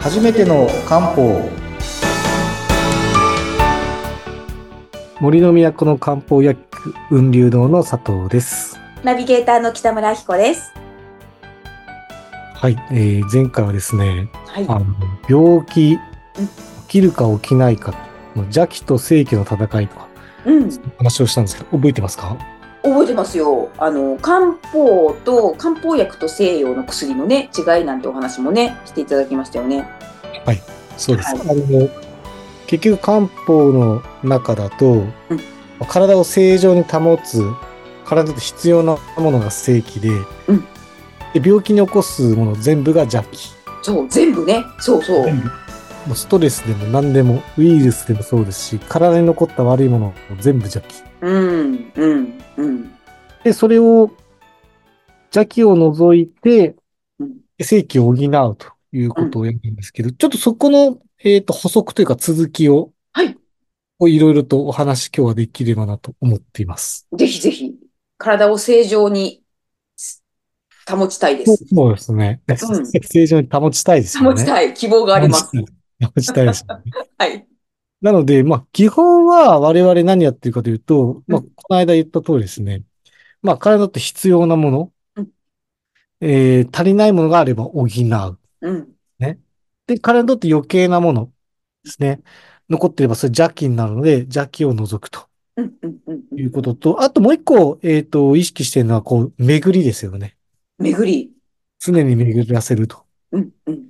初めての漢方森の都の漢方薬局雲流堂の佐藤です。ナビゲーターの北村彦です。はい、えー前回はですね、はい。あの病気、起きるか起きないか、の邪気と正気の戦いとかうん、話をしたんですけど、覚えてますか覚えてますよ。あの漢方と漢方薬と西洋の薬のね違いなんてお話もねしていただきましたよね。そうです。はいあの結局漢方の中だと、体を正常に保つ、体で必要なものが正気で、うんで病気に起こすもの全部が邪気。そう全部ね。そうそう。もうストレスでも何でも、ウイルスでもそうですし、体に残った悪いものを全部邪気。うんうんうんで、それを、邪気を除いて、うん。正気を補うということをやるんですけど、ちょっとそこの、えっ、と、補足というか続きを、はい。をいろいろとお話今日はできればなと思っています。ぜひぜひ体を正常に保ちたいでそうす。そうですね。うん正常に保ちたいですよね。保ちたい希望があります。保ちたいですよね。はい。なので、まあ、基本は我々何やってるかというと、まあ、うこの間言った通りですね。まあ、体って必要なものうん、えー、足りないものがあれば補う。うんで、体にとって余計なものですね。残ってればそれ邪気になるので、邪気を除くとうんうんうんういん。うことと、あともう一個、えっと、意識してるのは、こう、巡りですよね。巡り。常に巡らせると。うんうんうん。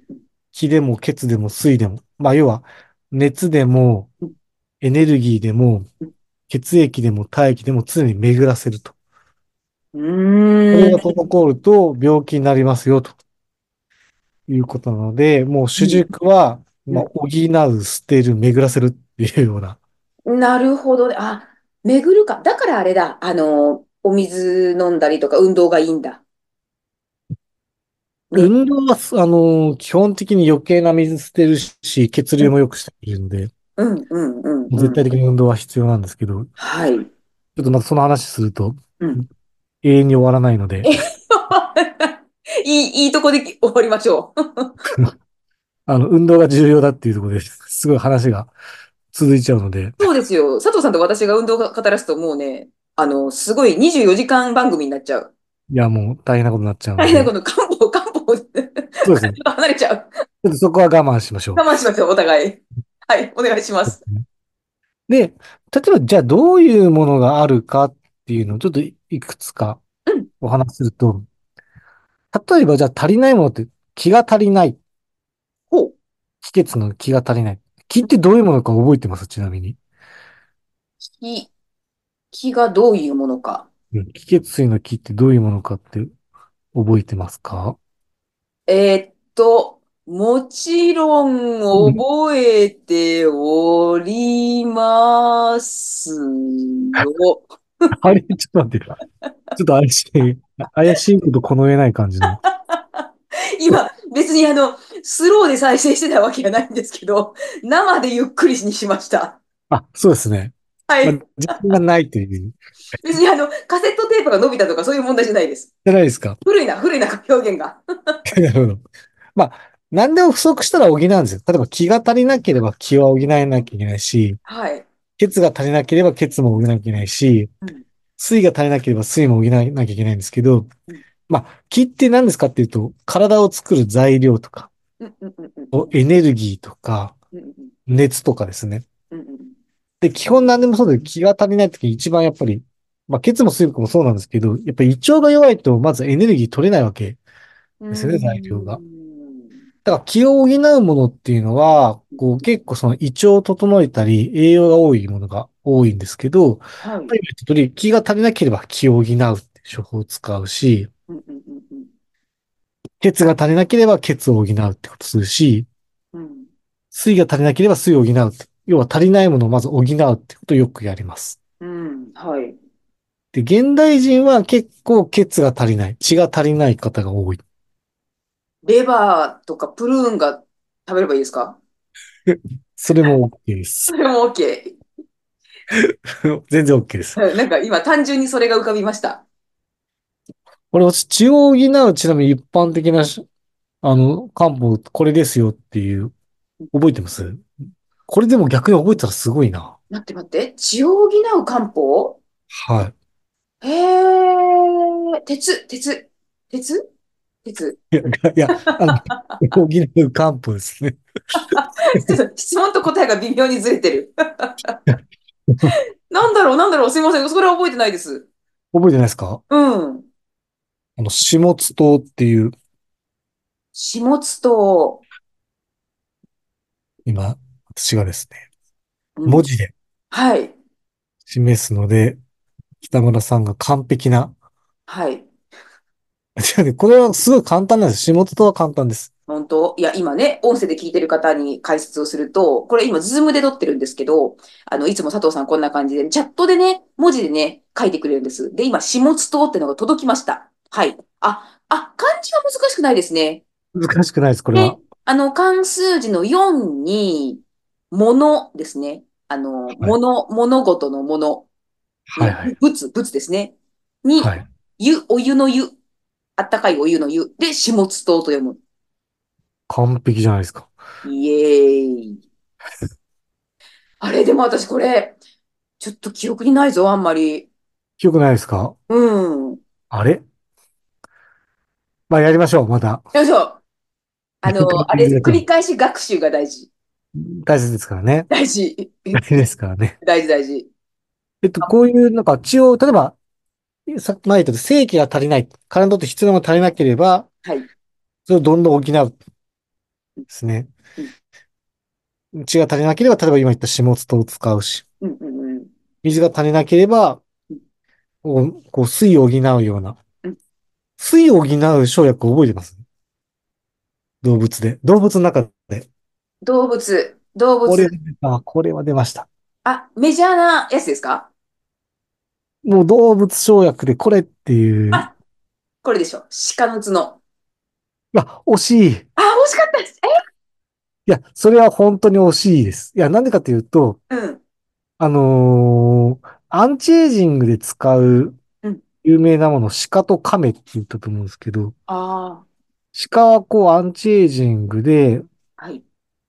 気でも、血でも、水でも。まあ、要は、熱でもうん、エネルギーでもうん、血液でも、体液でも常に巡らせると。これがうーん。滞ると病気になりますよ、ということなので、もう主軸は、うんまあ、補う、捨てる、巡らせるっていうような。なるほどね。あ、巡るか。だからあれだ。あの、お水飲んだりとか運動がいいんだ。ね運動はす、あのー基本的に余計な水捨てるし、血流も良くしてくれるので、うんうんうんうん。絶対的に運動は必要なんですけど、ちはい。 ょっとまたその話するとうん。永遠に終わらないので、いい、いいとこで終わりましょう。 あの、運動が重要だっていうところです。すごい話が続いちゃうので、そうですよ。佐藤さんと私が運動を語らすともうね、あの、すごい24時間番組になっちゃう。いや、もう大変なことになっちゃうの大で、変な こと、漢方、漢方、そうですね。ち離れちゃう。ょっとそこは我慢しましょう。我慢しましょう、お互い。はい、お願いします。 で、例えば、じゃあどういうものがあるかっていうのをちょっといくつかうんお話しすると、例えば、じゃあ足りないものって気が足りない。ほう。気血の気が足りない。気ってどういうものか覚えてますちなみに。気、気がどういうものか。気血水の気ってどういうものかって覚えてます かえーっと、もちろん覚えておりますよ。あれちょっと待って。ちょっと怪しい。怪しいことこの上ない感じの。今、別にあの、スローで再生してたわけじゃないんですけど、生でゆっくりにしました。あ、そうですね。まはあい。時間がないという。別にあの、カセットテープが伸びたとかそういう問題じゃないです。じゃないですか。古いな、古いな、表現が。なるほど。まあ、何でも不足したら補うんですよ。例えば気が足りなければ気は補えなきゃいけないし、はい。血が足りなければ血も補えなきゃいけないしうん、水が足りなければ水も補えなきゃいけないんですけどうん、まあ、気って何ですかっていうと、体を作る材料とか、うんうんうんうん。エネルギーとか、うんうん熱とかですね。うんうんで、基本何でもそうで気が足りない時に一番やっぱり、まあ、血も水分もそうなんですけど、やっぱり胃腸が弱いとまずエネルギー取れないわけうんですよね材料がうんだから気を補うものっていうのは、こう結構その胃腸を整えたり、栄養が多いものが多いんですけど、はい。プライベートり気が足りなければ気を補うっていう処方を使うし、うんうんうんうん血が足りなければ血を補うってことするし、うん水が足りなければ水を補うって。要は足りないものをまず補うってことをよくやります。うん、はい。で、現代人は結構血が足りない、血が足りない方が多い。レバーとかプルーンが食べればいいですかそれも OK です そ。れも OK。全然 OK です。 なんか今単純にそれが浮かびました。これ、血を補う、ちなみに一般的なしあの、漢方これですよっていう、覚えてますこれでも逆に覚えてたらすごいな。待って待って。血を補う漢方はい。へえ、鉄、鉄、鉄鉄。 いや、いや、あの、補う漢方ですね。ちょっと質問と答えが微妙にずれてる。 なんだろう、なんだろう、すいません。それは覚えてないです。覚えてないですかうん。あの、下津島っていう、始末と、今、私がですね、うん文字ではい、示すので、北村さんが完璧な。 はい。違うね、これはすごい簡単なんです。下津島は簡単です。本当いや、今ね、音声で聞いてる方に解説をすると、これ今、ズームで撮ってるんですけど、あの、いつも佐藤さんこんな感じで、チャットでね、文字でね、書いてくれるんです。で、今、始末とってのが届きました。はい。あ、あ、漢字は難しくないですね。難しくないです、これはね。、あの、漢数字の4に、ものですね。あの、もの、物事のもの。はいはい。物、物ですね。に、はい。湯、お湯の湯。あったかいお湯の湯。で、始末湯と読む。完璧じゃないですか。イエーイ。 あれ、でも私これ、ちょっと記憶にないぞ、あんまり。記憶ないですかうん。よあれまあ、やりましょう、また。いしょ。あの、あれ、繰り返し学習が大事。大事ですからね。大事。大事ですからね。大事、大事。えっと、こういう、なんか、血を、例えば、さっき前言ったと、正気が足りない。体にとって必要なものが足りなければ、はい。それをどんどん補う。ですね。血が足りなければ、例えば今言った下津を使うし、うんうんうん。水が足りなければうん、こう、こう水を補うようなうん。水を補う生薬覚えてます動物で。動物の中で。動物、動これ物。あ、これは出ました。あ、メジャーなやつですかもう動物生薬でこれっていう。あこれでしょ。鹿の角。あ、惜しい。いあ、惜しかったです。や、それは本当に惜しいです。いや、なんでかというと、えうん。あのーアンチエイジングで使ううん有名なもの、鹿と亀って言ったと思うんですけど、あ鹿はこうアンチエイジングで、あ、はい。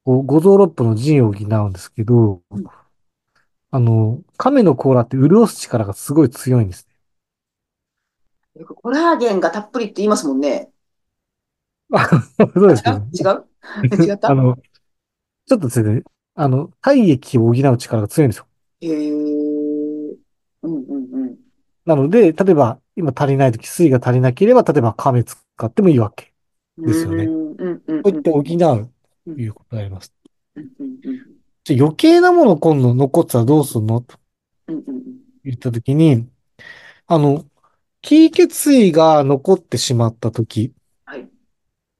こう五臓六腑の腎を補うんですけどうん、あの、亀の甲羅って潤す力がすごい強いんですね。よくコラーゲンがたっぷりって言いますもんね。あ そうです違けどう違う違ったあの、ちょっとですね、あの、体液を補う力が強いんですよ。へえ。うんうんうん。なので、例えば、今足りないとき、水が足りなければ、例えば亀使ってもいいわけ。ですよねうんうんうんうん。こうやって補うということになります。うんうんうんじゃあ余計なもの今度残ってたらどうするのとうんうんうん。言ったときに、あの、気血水が残ってしまったときっはい。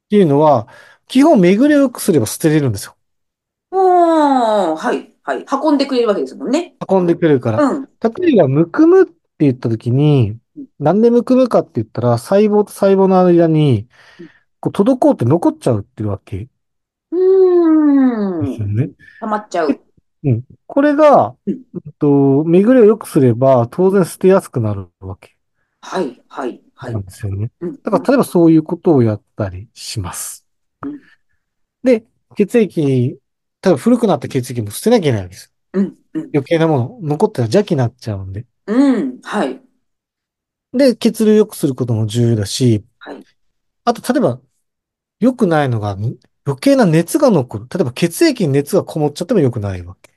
ていうのは、基本巡りを良くすれば捨てれるんですよ。おー、はい、はい。運んでくれるわけですもんね。運んでくれるから。うん。例えば、むくむって言ったときにうん、なんでむくむかって言ったら、細胞と細胞の間にうん、こう、滞って残っちゃうっていうわけうですーよん。ね。溜まっちゃう。これが、うえんっと、巡りを良くすれば、当然捨てやすくなるわけはい、はい、はい。なんですよね。うんだから、例えばそういうことをやったりしますうん。で、血液、例えば古くなった血液も捨てなきゃいけないわけです。うん、うん。余計なもの、残ってたら邪気になっちゃうんで。うん、はい。で、血流良くすることも重要だし、はいあと、例えば、良くないのが、ん余計な熱が残る。例えば、血液に熱がこもっちゃっても良くないわけ。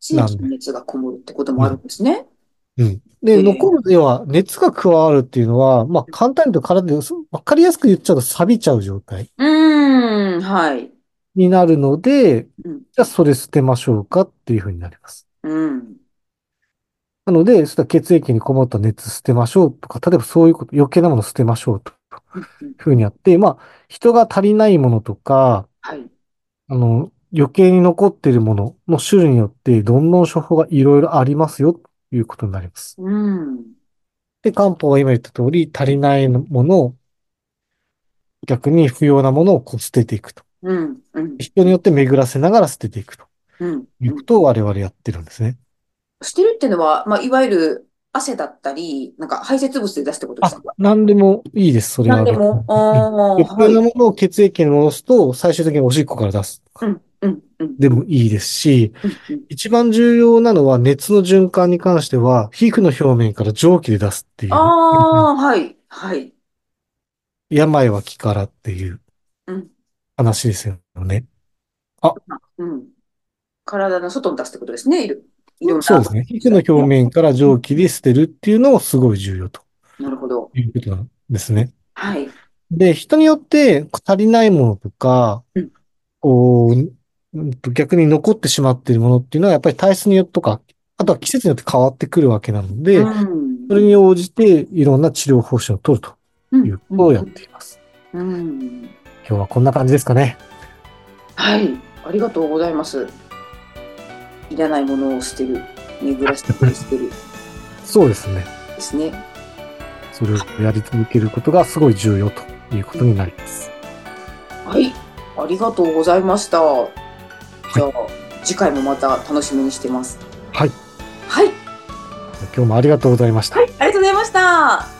地域の熱がこもるってこともあるんですね。えで、え残る、要は、熱が加わるっていうのは、まあ、簡単に言うと体で、そうわかりやすく言っちゃうと錆びちゃう状態うーん、はい。になるので、うんじゃあ、それ捨てましょうかっていうふうになります。うん。なので、そしたら血液にこもった熱捨てましょうとか、例えばそういうこと、余計なもの捨てましょうとうんうんふうにやって、まあ、人が足りないものとか、はい。あの、余計に残っているものの種類によって、どんどん処方がいろいろありますよ、ということになります。うん。で、漢方は今言った通り、足りないものを、逆に不要なものをこう捨てていくと。うん、うん、人によって巡らせながら捨てていくとうん。いうことを我々やってるんですね。捨てるっていうのは、まあ、いわゆる、汗だったり、なんか排泄物で出すってことですあか、何でもいいです、それは。何でも。あ余ーは計い。なものを血液に戻すと、最終的におしっこから出す。うん、うん、うん。でもいいですし、うんうん一番重要なのは熱の循環に関しては、皮膚の表面から蒸気で出すっていう。ああ、はい、はい。病は気からっていううん、話ですよね。うん。体の外に出すってことですね、いる。いろんな。そうですね。皮膚の表面から蒸気で捨てるっていうのもすごい重要となるほど。いうことなんですね。はい。で、人によって足りないものとかうん、こううんと、逆に残ってしまっているものっていうのはやっぱり体質によってとか、あとは季節によって変わってくるわけなので、うんそれに応じていろんな治療方針を取るということをやっています。うん。今日はこんな感じですかね。はい、ありがとうございます。いらないものを捨てる、巡らせて捨てるそうですね。ですね。それをやり続けることがすごい重要ということになります。はい、ありがとうございました。じゃあ、次回もまた楽しみにしてます。はい。はい、今日もありがとうございました。ありがとうございました。